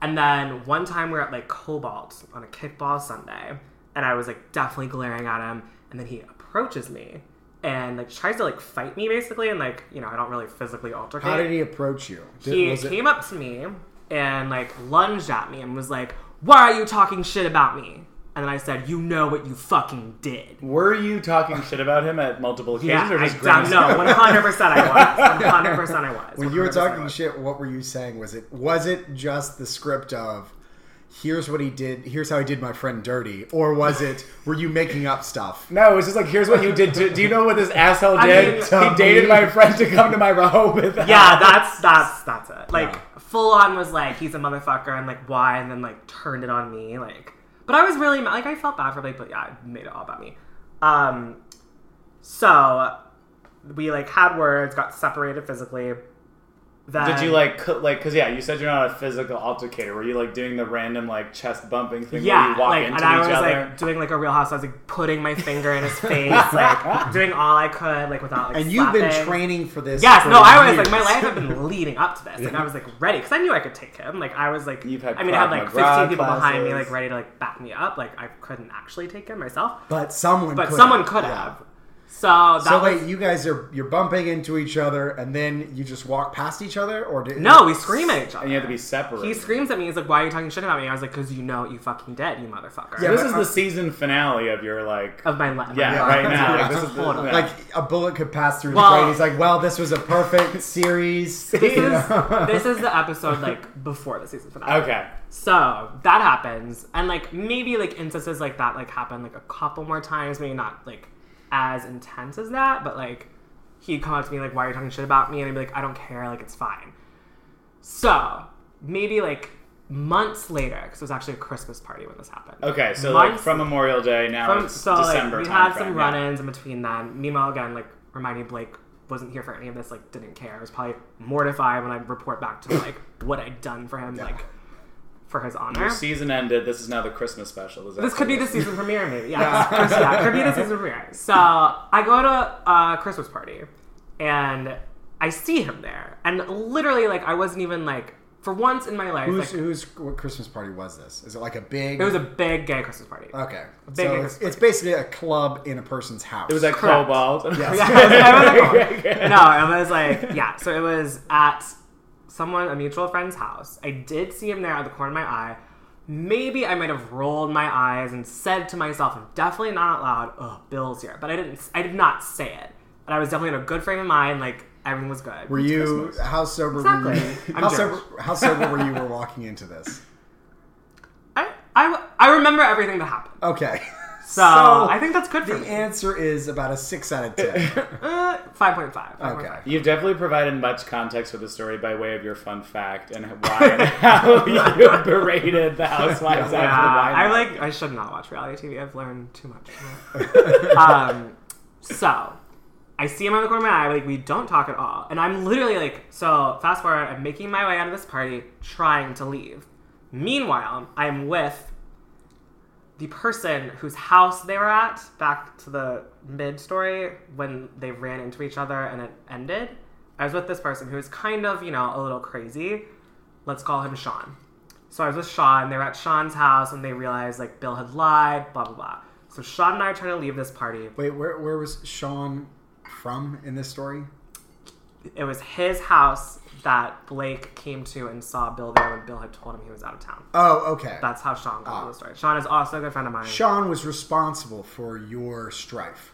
Speaker 3: And then one time we were at like Cobalt on a kickball Sunday, and I was like definitely glaring at him. And then he approaches me and like tries to like fight me basically. And like, you know, I don't really physically altercate
Speaker 2: How did he approach you? Did-
Speaker 3: he
Speaker 2: was it-
Speaker 3: came up to me and like lunged at me and was like, "Why are you talking shit about me?" And then I said, "You know what you fucking did."
Speaker 1: Were you talking shit about him at multiple occasions,
Speaker 3: Yeah,
Speaker 1: or
Speaker 3: I
Speaker 1: just
Speaker 3: don't know. One hundred percent, I
Speaker 2: (laughs)
Speaker 3: was. One hundred percent, I was.
Speaker 2: When you were
Speaker 3: 100% I
Speaker 2: talking
Speaker 3: was.
Speaker 2: shit, what were you saying? Was it was it just the script of here's what he did, here's how he did my friend dirty, or was it were you making up stuff?
Speaker 1: (laughs) No, it's just like here's what you did. To, do you know what this asshole did?
Speaker 3: mean,
Speaker 1: he dated
Speaker 2: me.
Speaker 1: my friend to come to my (laughs) Rehoboth.
Speaker 3: yeah, that's that's that's it. Like
Speaker 2: Yeah.
Speaker 3: full on was like he's a motherfucker and like why and then like turned it on me like. But I was really mad. like I felt bad for like but yeah, I made it all about me. Um, so we like had words, got separated physically. Then
Speaker 1: Did you like co- like because yeah, you said you're not a physical altercator. Were you like doing the random like chest bumping thing where
Speaker 3: Yeah,
Speaker 1: you walk
Speaker 3: like,
Speaker 1: into
Speaker 3: and I
Speaker 1: each
Speaker 3: was
Speaker 1: other?
Speaker 3: like doing like a Real House. I was like putting my finger
Speaker 1: (laughs)
Speaker 3: in his face, like doing all I could, like without like.
Speaker 2: And you've been
Speaker 3: slapping.
Speaker 2: training for this.
Speaker 3: Yes,
Speaker 2: for
Speaker 3: no, I was
Speaker 2: years.
Speaker 3: like my life had been
Speaker 1: (laughs)
Speaker 3: (laughs) leading up to this. Like I was like ready because I knew I could take him. Like I was like
Speaker 1: You've had
Speaker 3: I mean I had
Speaker 1: Krav
Speaker 3: like
Speaker 1: Maga
Speaker 3: 15 people behind me
Speaker 1: classes.
Speaker 3: like ready to like back me up. Like I couldn't actually take him myself,
Speaker 2: (laughs) But someone
Speaker 3: but
Speaker 2: could
Speaker 3: someone
Speaker 2: have.
Speaker 3: could
Speaker 2: Yeah.
Speaker 3: have. So that
Speaker 2: So
Speaker 3: was,
Speaker 2: wait, you guys are you're bumping into each other, and then you just walk past each other, or did,
Speaker 3: no, we scream at each other.
Speaker 1: and you have to be separate.
Speaker 3: He screams at me. He's like, "Why are you talking shit about me?" I was like, "Cause you know what you fucking did, you motherfucker."
Speaker 2: Yeah,
Speaker 1: this
Speaker 2: but-
Speaker 1: is the season finale of your like.
Speaker 3: of my life.
Speaker 1: yeah,
Speaker 2: Yeah.
Speaker 1: right
Speaker 3: (laughs)
Speaker 1: now. Like, this is the,
Speaker 3: Hold on.
Speaker 1: yeah.
Speaker 2: Like a bullet could pass through
Speaker 3: Well-
Speaker 2: his brain. He's like, "Well, this was a perfect series."
Speaker 3: (laughs) This
Speaker 2: You
Speaker 1: (laughs)
Speaker 3: is
Speaker 2: know? (laughs)
Speaker 3: this is the episode like before the season finale.
Speaker 1: okay.
Speaker 3: So that happens, and like maybe like instances like that like happen like a couple more times, maybe not like as intense as that, but like he'd come up to me like, "Why are you talking shit about me?" and I'd be like, "I don't care, like it's fine." So maybe like months later, because it was actually a Christmas party when this happened.
Speaker 1: Okay, so like
Speaker 3: Months-
Speaker 1: from Memorial Day now
Speaker 3: From,
Speaker 1: it's
Speaker 3: so
Speaker 1: December.
Speaker 3: like we
Speaker 1: timeframe,
Speaker 3: had some
Speaker 1: yeah.
Speaker 3: run-ins in between then. Meanwhile, again, like reminding Blake wasn't here for any of this. Like didn't care. I was probably mortified when I report back to
Speaker 1: (coughs)
Speaker 3: like what I'd done for him, like for his honor.
Speaker 1: Your season ended. This is now the Christmas special. Is that
Speaker 3: This could be
Speaker 1: what
Speaker 3: the
Speaker 1: it (laughs)
Speaker 3: season premiere, maybe. Yeah, yeah, (laughs) could be the season premiere. So I go to a Christmas party, and I see him there, and literally, like, I wasn't even like, for once in my life,
Speaker 2: who's
Speaker 3: like,
Speaker 2: who's what Christmas party was this? Is it like a big?
Speaker 3: it was a big gay Christmas party.
Speaker 1: Oh,
Speaker 2: okay.
Speaker 3: big
Speaker 2: So it's,
Speaker 3: Christmas
Speaker 2: it's basically a club in a person's house.
Speaker 1: It was like
Speaker 3: Correct.
Speaker 1: Cobalt. (laughs)
Speaker 2: Yes.
Speaker 3: (laughs) Yeah, it was- it was like- (laughs) no, it was like yeah. So it was at someone, a mutual friend's house. I did see him there out of the corner of my eye. Maybe I might have rolled my eyes and said to myself, and definitely not out loud, "Oh, Bill's here," but I didn't. I did not say it. But I was definitely in a good frame of mind. Like everything was good.
Speaker 2: Were you how sober were
Speaker 3: Exactly.
Speaker 2: you?
Speaker 3: I'm
Speaker 2: How
Speaker 3: Jewish.
Speaker 2: sober, how sober
Speaker 3: (laughs)
Speaker 2: were you? Were walking into this?
Speaker 3: I, I, I remember everything that happened.
Speaker 2: Okay.
Speaker 3: So, I think that's good for
Speaker 2: the
Speaker 3: me.
Speaker 2: answer is about a six out of
Speaker 3: (laughs)
Speaker 2: ten.
Speaker 3: uh, five point five.
Speaker 2: Okay.
Speaker 1: You've definitely provided much context for the story by way of your fun fact and why and how (laughs) you berated the housewives
Speaker 3: Yeah, I
Speaker 1: after wine.
Speaker 3: like. I should not watch reality TV. I've learned too much. um, so I see him on the corner of my eye. Like we don't talk at all, and I'm literally like. So fast forward, I'm making my way out of this party, trying to leave. Meanwhile, I'm with the person whose house they were at. Back to the mid story when they ran into each other and it ended. I was with this person who was kind of, you know, a little crazy. Let's call him Sean. So I was with Sean. They were at Sean's house, and they realized like Bill had lied. Blah blah blah. So Sean and I are trying to leave this party.
Speaker 2: Wait, where where was Sean from in this story?
Speaker 3: It was his house that Blake came to and saw Bill there when Bill had told him he was out of town.
Speaker 2: Oh, okay.
Speaker 3: That's how Sean got into the story. Sean is also a good friend of mine.
Speaker 2: Sean was responsible for your
Speaker 3: (laughs)
Speaker 2: strife.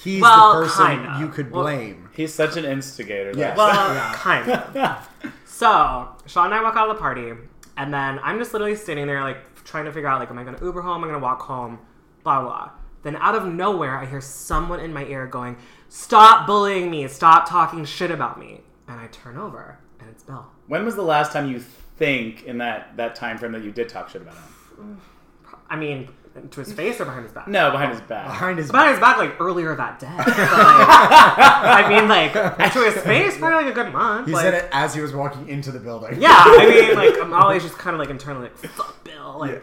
Speaker 2: He's
Speaker 3: Well,
Speaker 2: the person
Speaker 3: kinda.
Speaker 2: you could
Speaker 3: Well-
Speaker 2: blame.
Speaker 1: He's such an instigator. that-
Speaker 2: Yes.
Speaker 3: Well, (laughs) kind of. So Sean and I walk out of the party, and then I'm just literally sitting there, like trying to figure out, like, am I going to Uber home? Am I going to walk home? Blah blah. Then out of nowhere, I hear someone in my ear going, "Stop bullying me! Stop talking shit about me!" And I turn over, and it's Bill.
Speaker 1: When was the last time you think in that that time frame that you did talk shit about him?
Speaker 3: I mean, to his face or behind his back?
Speaker 1: No, behind his back. (laughs)
Speaker 2: Behind his
Speaker 3: Behind his back, like earlier that day. But, like, I mean, like (laughs) to his face, probably like a good month.
Speaker 2: he
Speaker 3: like,
Speaker 2: said it as he was walking into the building.
Speaker 3: Yeah, I mean, like I'm always just kind of like internally like fuck Bill, like.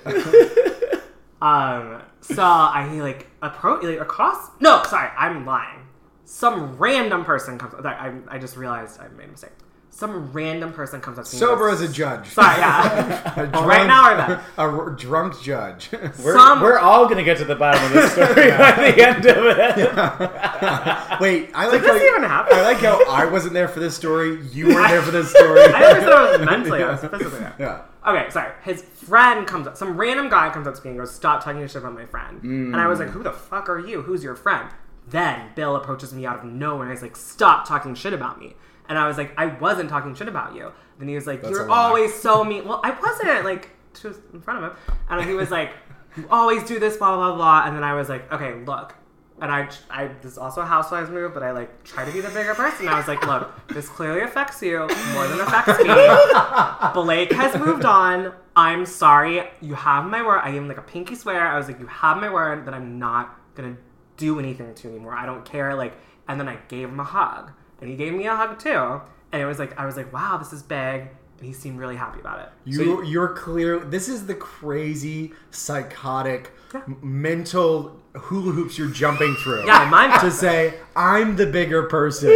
Speaker 3: um. So I like approach like across. No, sorry, I'm lying. Some random person comes. Sorry, I I just realized I made a mistake. Some random person comes up to
Speaker 2: (laughs)
Speaker 3: me.
Speaker 2: Sober
Speaker 3: with-
Speaker 2: as a judge.
Speaker 3: Sorry, yeah.
Speaker 2: (laughs) A
Speaker 3: right now or then?
Speaker 2: A r- drunk judge. (laughs)
Speaker 1: We're,
Speaker 3: Some-
Speaker 1: we're all gonna get to the bottom of this
Speaker 3: (laughs)
Speaker 1: story by the end of it.
Speaker 2: Wait, I like
Speaker 3: Did
Speaker 2: how
Speaker 3: this even happen?
Speaker 2: I like
Speaker 3: (laughs)
Speaker 2: how I wasn't there for this story. You weren't there for this story.
Speaker 3: I always thought it was mentally. I was physically there.
Speaker 2: (laughs) yeah.
Speaker 3: Okay, sorry. His friend comes up. Some random guy comes up to me and goes, "Stop talking shit about my friend." And I was like, "Who the fuck are you? Who's your friend?" Then Bill approaches me out of nowhere and he's like, "Stop talking shit about me." And I was like, "I wasn't talking shit about you." Then he was like,
Speaker 2: a
Speaker 3: "You're
Speaker 2: lie."
Speaker 3: always so mean." Well, I wasn't like to in front of him, and he was like, "You always do this, blah blah blah." And then I was like, "Okay, look." And I, I, this is also a housewives move, but I like try to be the bigger person. I was like, look, this clearly affects you more than affects me. Blake has moved on. I'm sorry. You have my word. I gave him like a pinky swear. I was like, you have my word that I'm not gonna do anything to you anymore. I don't care. Like, and then I gave him a hug, and he gave me a hug too. And it was like, I was like, wow, this is big. And he seemed really happy about it.
Speaker 2: You, you're clear. This is the crazy, psychotic, m- mental hula hoops you're jumping through.
Speaker 3: Yeah, mine-
Speaker 2: to say I'm the bigger
Speaker 3: (laughs)
Speaker 2: person.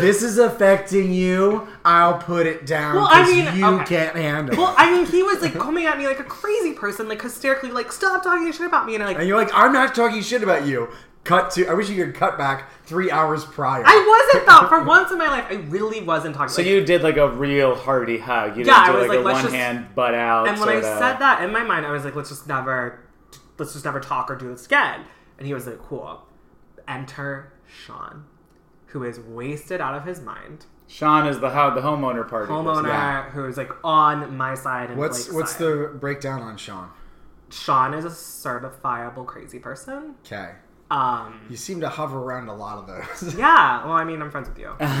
Speaker 2: this is affecting you. I'll put it down.
Speaker 3: Well, I
Speaker 2: 'cause
Speaker 3: mean,
Speaker 2: you
Speaker 3: okay.
Speaker 2: can't handle.
Speaker 3: Well,
Speaker 2: it.
Speaker 3: I mean, he was like coming at me like a crazy person, like hysterically, like stop talking shit about me, and I like
Speaker 2: and you're like, I'm not talking shit about you. cut to. I wish you could cut back three hours prior.
Speaker 3: I wasn't though. For once in my life, I really wasn't talking.
Speaker 1: So
Speaker 3: like,
Speaker 1: you did like a real hearty hug. You didn't
Speaker 3: Yeah, I
Speaker 1: do
Speaker 3: was
Speaker 1: like,
Speaker 3: like,
Speaker 1: a
Speaker 3: let's
Speaker 1: one
Speaker 3: just-
Speaker 1: hand butt out.
Speaker 3: And when I
Speaker 1: sorta-
Speaker 3: said that in my mind, I was like, let's just never, let's just never talk or do this again. And he was like, cool. Enter Sean, who is wasted out of his mind.
Speaker 1: Sean is the how the homeowner party. person.
Speaker 3: Homeowner
Speaker 2: yeah.
Speaker 3: who is like on my side. And
Speaker 2: What's
Speaker 3: Blake's
Speaker 2: what's
Speaker 3: side.
Speaker 2: the breakdown on Sean?
Speaker 3: Sean is a certifiable crazy person.
Speaker 2: Okay,
Speaker 3: Um,
Speaker 2: you seem to hover around a lot of those. (laughs)
Speaker 3: yeah. Well, I mean, I'm friends with you.
Speaker 2: I'm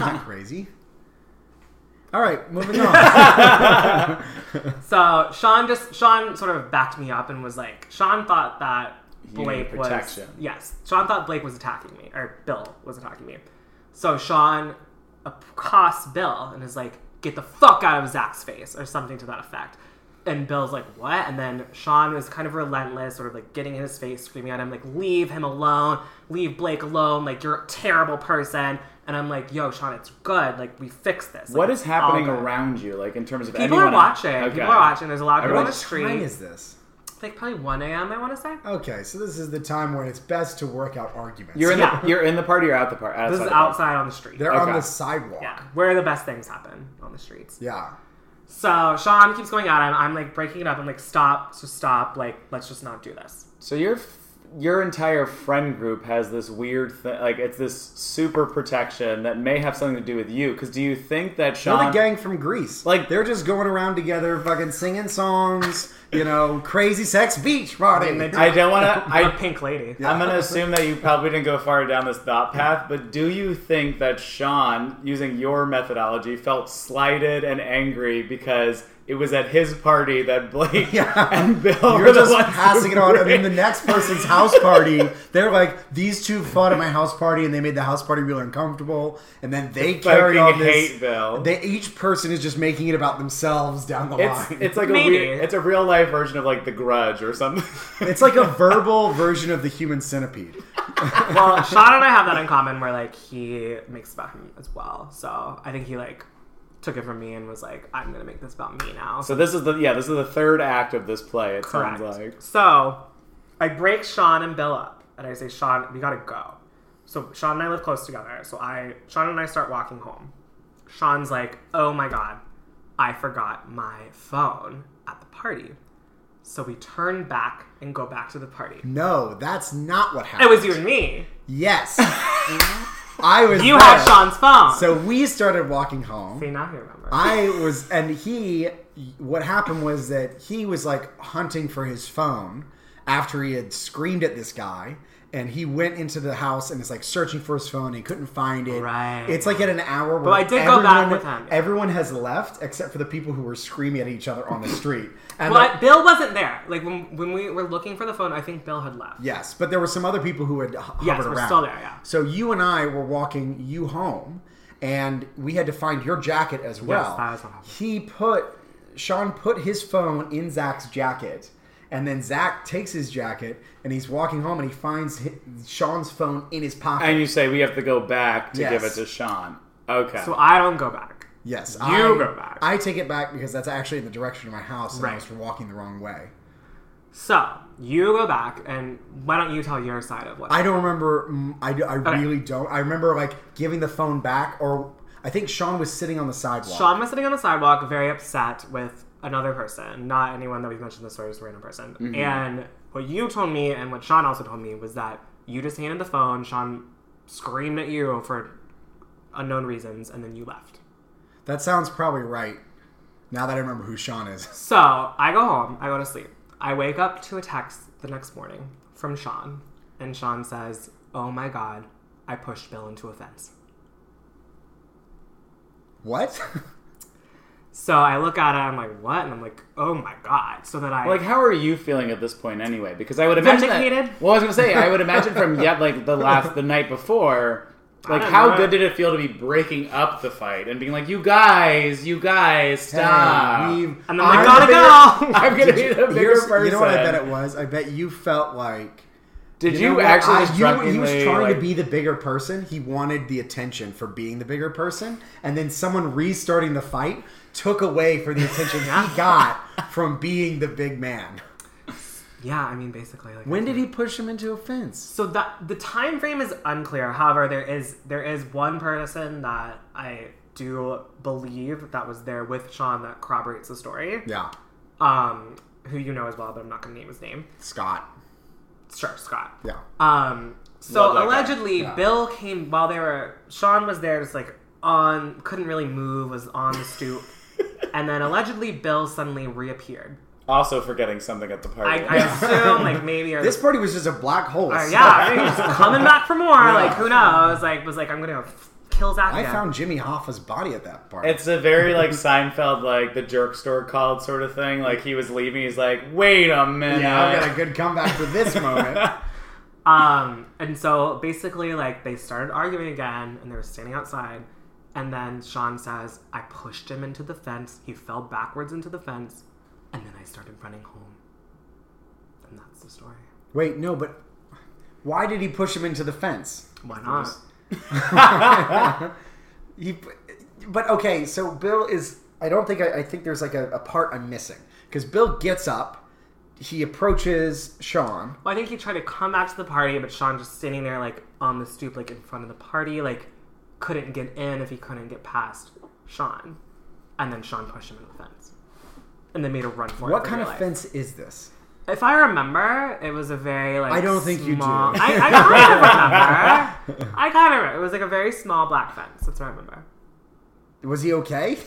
Speaker 2: not crazy. All right,
Speaker 1: (laughs)
Speaker 2: moving on.
Speaker 3: So Sean just Sean sort of backed me up and was like, Sean thought that
Speaker 1: You need
Speaker 3: Blake was
Speaker 1: protection.
Speaker 3: yes, Sean thought Blake was attacking me or Bill was attacking me. So Sean accosts Bill and is like, "Get the fuck out of Zach's face" or something to that effect. And Bill's like, "What?" And then Sean was kind of relentless, sort of like getting in his face, screaming at him like, "Leave him alone! Leave Blake alone! Like you're a terrible person." And I'm like, "Yo, Sean, it's good. Like we fixed this." Like,
Speaker 1: What
Speaker 3: it's
Speaker 1: is happening
Speaker 3: all good."
Speaker 1: around you, like in terms of
Speaker 3: People
Speaker 1: anyone?
Speaker 3: are watching.
Speaker 1: Okay.
Speaker 3: People are watching. There's a lot of
Speaker 1: I
Speaker 3: people on the
Speaker 1: realize
Speaker 2: What time
Speaker 3: street.
Speaker 2: is this?
Speaker 3: It's like probably 1 a.m., I want to say.
Speaker 1: Oh,
Speaker 2: Okay, so this is the time when it's best to work out arguments.
Speaker 1: You're in
Speaker 3: Yeah.
Speaker 1: the you're in the party or out the party.
Speaker 3: This is outside on the street.
Speaker 2: They're on
Speaker 1: Okay.
Speaker 2: the sidewalk.
Speaker 3: yeah, where the best things happen on the streets.
Speaker 2: Yeah.
Speaker 3: So Sean keeps going at him. I'm like breaking it up. I'm like, stop, so stop. Like, let's just not do this.
Speaker 1: So your your entire friend group has this weird thing, like it's this super protection that may have something to do with you. Because do you think that
Speaker 2: They're the
Speaker 1: Sean?
Speaker 2: gang from Greece.
Speaker 1: Like-
Speaker 2: they're just going around together, fucking singing songs. You know, crazy sex beach party.
Speaker 3: And they-
Speaker 1: I don't want
Speaker 3: (laughs)
Speaker 1: to.
Speaker 3: I'm a
Speaker 1: I
Speaker 3: pink lady.
Speaker 1: I'm going to assume that you probably didn't go far down this thought path. But do you think that Sean, using your methodology, felt slighted and angry because? It was at his party that Blake
Speaker 2: (laughs) Yeah.
Speaker 1: and Bill
Speaker 2: You're
Speaker 1: were (laughs) the
Speaker 2: just
Speaker 1: ones who
Speaker 2: passing it on, and then the
Speaker 1: (laughs) were-
Speaker 2: next person's house party, they're like, "These two fought at my house party, and they made the house party real uncomfortable." And then they carry
Speaker 1: fucking
Speaker 2: on this.
Speaker 1: hate Bill.
Speaker 2: They each person is just making it about themselves down the
Speaker 1: It's
Speaker 2: line.
Speaker 1: it's like a
Speaker 3: Maybe.
Speaker 1: weird, it's a real life version of like The Grudge or something.
Speaker 2: It's like a verbal version of the human centipede.
Speaker 3: (laughs)
Speaker 1: (laughs)
Speaker 3: Well, Sean and I have that in common where like he makes it about him as well. So I think he like took it from me and was like, I'm gonna make this about me now.
Speaker 1: (laughs) So this is the yeah, this is the third act of this play. It
Speaker 3: Correct.
Speaker 1: sounds like
Speaker 3: So I break Sean and Bill up, and I say, Sean, we gotta go. So Sean and I live close together. So I, Sean and I start walking home. Sean's like, oh my god, I forgot my phone at the party. So we turn back and go back to the party.
Speaker 2: No, that's not what
Speaker 3: It
Speaker 2: happened.
Speaker 3: was you and me.
Speaker 1: (laughs)
Speaker 2: Yes, I was.
Speaker 3: You
Speaker 2: there.
Speaker 3: had Sean's phone.
Speaker 2: So we started walking home.
Speaker 3: See, now you remember.
Speaker 2: I was, and he, what happened was that he was like hunting for his phone after he had screamed at this guy. And he went into the house and is like searching for his phone. And he couldn't find it.
Speaker 3: Right.
Speaker 2: It's like at an hour. Where
Speaker 3: I did go back with him.
Speaker 2: Everyone has left except for the people who were screaming at each other on the street. And
Speaker 3: well,
Speaker 2: the-
Speaker 3: I- Bill wasn't there. Like when, when we were looking for the phone, I think Bill had left.
Speaker 2: Yes, but there were some other people who had h- hovered
Speaker 3: Yes, we're
Speaker 2: around.
Speaker 3: still there, yeah.
Speaker 2: So you and I were walking you home, and we had to find your jacket as well.
Speaker 3: that is what happened.
Speaker 2: he put Sean put his phone in Zach's jacket, and then Zach takes his jacket and he's walking home and he finds hi Sean's phone in his pocket.
Speaker 1: and you say we have to go back to
Speaker 2: Yes.
Speaker 1: give it to Sean. Okay,
Speaker 3: So I don't go back.
Speaker 2: yes, you I,
Speaker 3: go back.
Speaker 2: I take it back because that's actually in the direction of my house, and I
Speaker 3: Right.
Speaker 2: was walking the wrong way.
Speaker 3: So you go back, and why don't you tell your side of what?
Speaker 2: I don't remember. mm, I, I really don't. I remember like giving the phone back, or I think Sean was sitting on the sidewalk.
Speaker 3: Sean was sitting on the sidewalk, very upset with another person, not anyone that we've mentioned in the story, just a random person. And what you told me, and what Sean also told me, was that you just handed the phone. Sean screamed at you for unknown reasons, and then you left.
Speaker 2: That sounds probably right. Now that I remember who Sean is, (laughs)
Speaker 3: So I go home. I go to sleep. I wake up to a text the next morning from Sean, and Sean says, "Oh my God, I pushed Bill into a fence."
Speaker 2: what?
Speaker 3: So I look at it, I'm like, what? And I'm like, oh my god. So that I
Speaker 1: like how are you feeling at this point anyway? Because I would imagine that-
Speaker 3: Vindicated.
Speaker 1: well, I was gonna say I would imagine
Speaker 2: (laughs)
Speaker 1: from yet like the last the night before. Like
Speaker 3: don't
Speaker 1: how
Speaker 3: know.
Speaker 1: good did it feel to be breaking up the fight and being like, you guys, you guys, stop.
Speaker 2: Hey,
Speaker 3: And I'm like,
Speaker 2: I'm
Speaker 3: gotta
Speaker 2: the (laughs)
Speaker 3: go.
Speaker 1: (laughs) I'm gonna be the bigger
Speaker 2: Here's-
Speaker 1: person.
Speaker 2: You know what I bet it was? I bet you felt like.
Speaker 1: Did you,
Speaker 2: know what?
Speaker 1: actually?
Speaker 2: I-
Speaker 1: just
Speaker 2: you know what? he
Speaker 1: drunkenly,
Speaker 2: was trying
Speaker 1: like-
Speaker 2: to be the bigger person. He wanted the attention for being the bigger person, and then someone restarting the fight took away for the attention he got from being the big man.
Speaker 3: Yeah, I mean, basically, like
Speaker 2: When did he push him into a fence?
Speaker 3: So that the time frame is unclear. However, there is there is one person that I do believe that was there with Sean that corroborates the story.
Speaker 2: Yeah,
Speaker 3: Um, who you know as well, but I'm not going to name his name.
Speaker 2: Scott.
Speaker 3: Sure, Scott.
Speaker 2: Yeah,
Speaker 3: Um, so
Speaker 1: Love that guy.
Speaker 3: allegedly, Bill came while they were. Sean was there, just like on, couldn't really move, was on the stoop, and then allegedly Bill suddenly reappeared.
Speaker 1: Also forgetting something at the
Speaker 3: I,
Speaker 1: party. (laughs)
Speaker 3: I assume, like maybe or
Speaker 2: this party was just a black hole.
Speaker 3: Uh, yeah, maybe he's coming back for more. Like who knows? Like was like I'm gonna go f- kill Zach.
Speaker 2: I
Speaker 3: again.
Speaker 2: found Jimmy Hoffa's body at that party.
Speaker 1: It's a very like Seinfeld, like the jerk store called sort of thing. Like he was leaving, he's like, "Wait a minute."
Speaker 2: yeah, I've got a good comeback for
Speaker 3: (laughs)
Speaker 2: this moment.
Speaker 3: Um, and so basically, like they started arguing again, and they were standing outside. And then Sean says, "I pushed him into the fence. He fell backwards into the fence, and then I started running home." And that's the story.
Speaker 2: Wait, no, but why did he push him into the fence?
Speaker 3: Why not?
Speaker 2: (laughs) He, but okay, so Bill is. I don't think. I, I think there's like a, a part I'm missing because Bill gets up, he approaches Sean.
Speaker 3: Well, I think he tried to come back to the party, but Sean just standing there, like on the stoop, like in front of the party, like couldn't get in if he couldn't get past Sean. And then Sean pushed him into the fence, and then made a run for it.
Speaker 2: What
Speaker 3: in
Speaker 2: kind
Speaker 3: real
Speaker 2: of
Speaker 3: life.
Speaker 2: fence is this?
Speaker 3: If I remember, it was a very like.
Speaker 2: I don't think you do.
Speaker 3: small-
Speaker 2: (laughs)
Speaker 3: I, I kind of remember. I kind of remember. It was like a very small black fence. That's what I remember.
Speaker 2: Was he okay?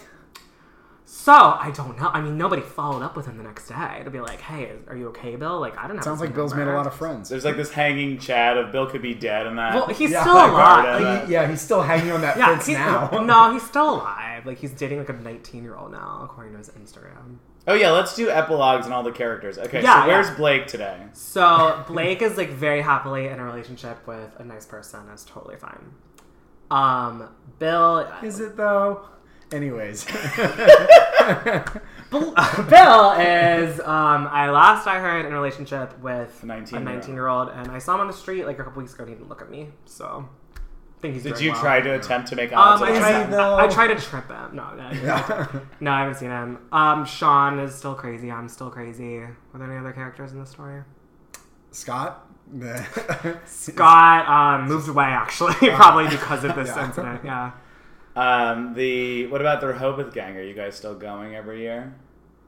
Speaker 3: So I don't know. I mean, nobody followed up with him the next day to be like, "Hey, are you okay, Bill?" Like, I don't know.
Speaker 2: Sounds like Bill's made a lot of
Speaker 1: (laughs)
Speaker 2: friends.
Speaker 1: There's like this hanging chat of Bill could be dead and that.
Speaker 2: (laughs)
Speaker 3: Well, he's
Speaker 2: Yeah,
Speaker 3: still
Speaker 2: I
Speaker 1: remember
Speaker 3: alive.
Speaker 1: that.
Speaker 3: Like,
Speaker 2: He- yeah, he's still hanging on that
Speaker 3: Yeah,
Speaker 2: fence
Speaker 3: he's,
Speaker 2: now.
Speaker 3: (laughs) no, he's still alive. Like he's dating like a 19 year old now, according to his Instagram.
Speaker 1: oh yeah, let's do epilogues and all the characters. Okay,
Speaker 3: Yeah,
Speaker 1: so where's
Speaker 3: yeah.
Speaker 1: Blake today? (laughs)
Speaker 3: So Blake is like very happily in a relationship with a nice person. That's totally fine. Um, Bill,
Speaker 1: (laughs)
Speaker 2: Is it though? Anyways,
Speaker 3: (laughs) Bill is um, I last I heard in a relationship with
Speaker 1: A
Speaker 3: a
Speaker 1: 19-year-old.
Speaker 3: 19 year old, and I saw him on the street like a couple weeks ago. and He didn't look at me, so I think he's.
Speaker 1: Did
Speaker 3: doing
Speaker 1: you
Speaker 3: well.
Speaker 1: try to attempt to make odds?
Speaker 3: Um,
Speaker 1: on
Speaker 3: I,
Speaker 2: Is he
Speaker 3: tried,
Speaker 1: that?
Speaker 2: though?
Speaker 3: I, I tried to trip him. No, no, no, I haven't seen him. Um, Sean is still crazy. I'm still crazy. Were there any other characters in the story?
Speaker 2: (laughs) Scott.
Speaker 3: Scott um, moved away actually, (laughs) probably because of this
Speaker 2: (laughs) Yeah.
Speaker 3: incident. Yeah.
Speaker 1: Um, the what about the Rehoboth gang? Are you guys still going every year?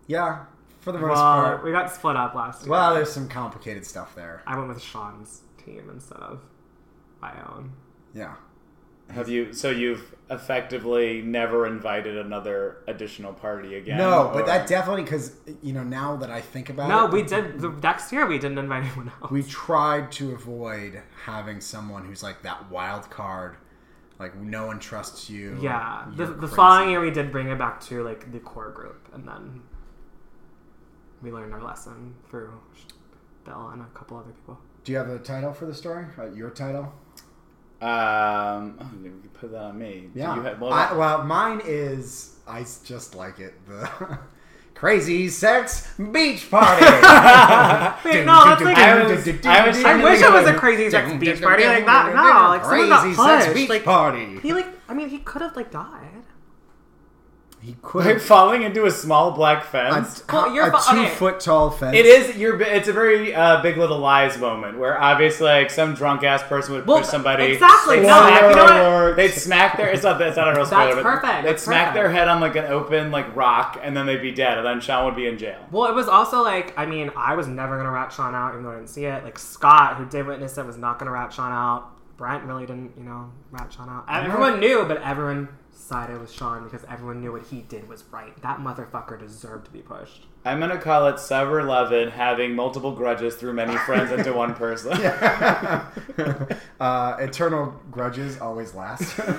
Speaker 2: yeah, for the most
Speaker 3: Well,
Speaker 2: part.
Speaker 3: we got split up last year.
Speaker 2: Well, there's some complicated stuff there.
Speaker 3: I went with Sean's team instead of my own.
Speaker 2: Yeah.
Speaker 1: Have you? So you've effectively never invited another additional party again?
Speaker 2: No,
Speaker 1: or-
Speaker 2: but that definitely because you know now that I think about
Speaker 3: uh, No,
Speaker 2: it,
Speaker 3: we did. The next year we didn't invite (laughs) anyone else.
Speaker 2: we tried to avoid having someone who's like that wild card, like no one trusts you.
Speaker 3: yeah. The,
Speaker 2: you're
Speaker 3: the
Speaker 2: crazy.
Speaker 3: following year we did bring it back to like the core group, and then we learned our lesson through Bill and a couple other people.
Speaker 2: Do you have a title for the story? Uh, your title?
Speaker 1: Um, oh, you can put that on me. Do
Speaker 2: Yeah.
Speaker 1: You have, well, (laughs)
Speaker 2: I, well, mine is I s- just like it. The (laughs) crazy sex beach party. (laughs)
Speaker 3: Wait, no, that's like-
Speaker 1: I was- I was-
Speaker 3: I wish it was a crazy sex beach party like that. No, like someone
Speaker 2: crazy
Speaker 3: got
Speaker 2: sex
Speaker 3: pushed.
Speaker 2: beach
Speaker 3: Like
Speaker 2: party.
Speaker 3: he like, I mean, he could have like died.
Speaker 2: He
Speaker 1: like
Speaker 2: could
Speaker 1: falling into a small black
Speaker 2: a,
Speaker 1: fence.
Speaker 3: Well, you're
Speaker 2: a
Speaker 3: fu-
Speaker 2: two
Speaker 3: okay.
Speaker 2: foot tall fence.
Speaker 1: it
Speaker 3: (laughs)
Speaker 1: is your. It's a very uh, Big Little Lies moment where obviously like some drunk ass person would
Speaker 3: Well,
Speaker 1: push somebody.
Speaker 3: exactly,
Speaker 1: They'd
Speaker 3: no,
Speaker 1: smack-
Speaker 3: you know what?
Speaker 1: or They'd smack their. It's not. It's not a real spoiler. but
Speaker 3: perfect,
Speaker 1: They'd
Speaker 3: that's
Speaker 1: smack
Speaker 3: perfect.
Speaker 1: their head on like an open like rock, and then they'd be dead, and then Sean would be in jail.
Speaker 3: Well, it was also like, I mean, I was never gonna rat Sean out, even though I didn't see it. Like Scott, who did witness it, was not gonna rat Sean out. Brent really didn't, you know, rat Sean out. Everyone knew, but everyone sided with Sean because everyone knew what he did was right. That motherfucker deserved to be pushed.
Speaker 1: I'm gonna call it Sever Levin having multiple grudges through many friends into one
Speaker 2: (laughs)
Speaker 1: person.
Speaker 2: (laughs) uh, eternal grudges always last. (laughs)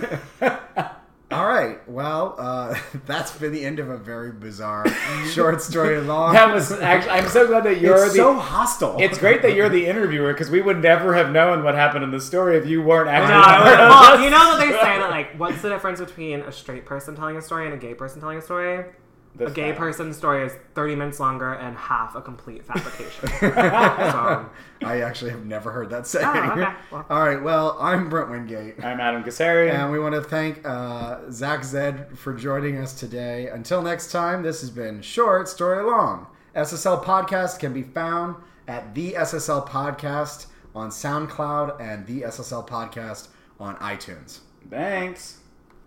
Speaker 2: All right. Well, uh, (laughs) that's been the end of a very
Speaker 3: (laughs)
Speaker 2: bizarre short story
Speaker 1: (laughs)
Speaker 2: long.
Speaker 1: That was actually. I'm so glad that you're
Speaker 2: it's
Speaker 1: the.
Speaker 2: so hostile.
Speaker 1: it's great that you're the interviewer because we would never have known what happened in the story if you weren't actually.
Speaker 3: No, well, you know that (laughs) they say that like, what's the difference between a straight person telling a story and a gay person telling a story?
Speaker 1: The
Speaker 3: a gay
Speaker 1: fact.
Speaker 3: person's story is 30 minutes longer and half a complete fabrication.
Speaker 2: (laughs)
Speaker 3: so,
Speaker 2: I actually have never heard that saying.
Speaker 3: Oh, okay. Well-
Speaker 2: (laughs) All right. Well, I'm Brent Wingate.
Speaker 1: I'm Adam Kassari.
Speaker 2: And we want to thank uh, Zach Zed for joining us today. Until next time, this has been Short Story Long. SSL Podcast can be found at the SSL Podcast on SoundCloud and the SSL Podcast on iTunes.
Speaker 1: Thanks.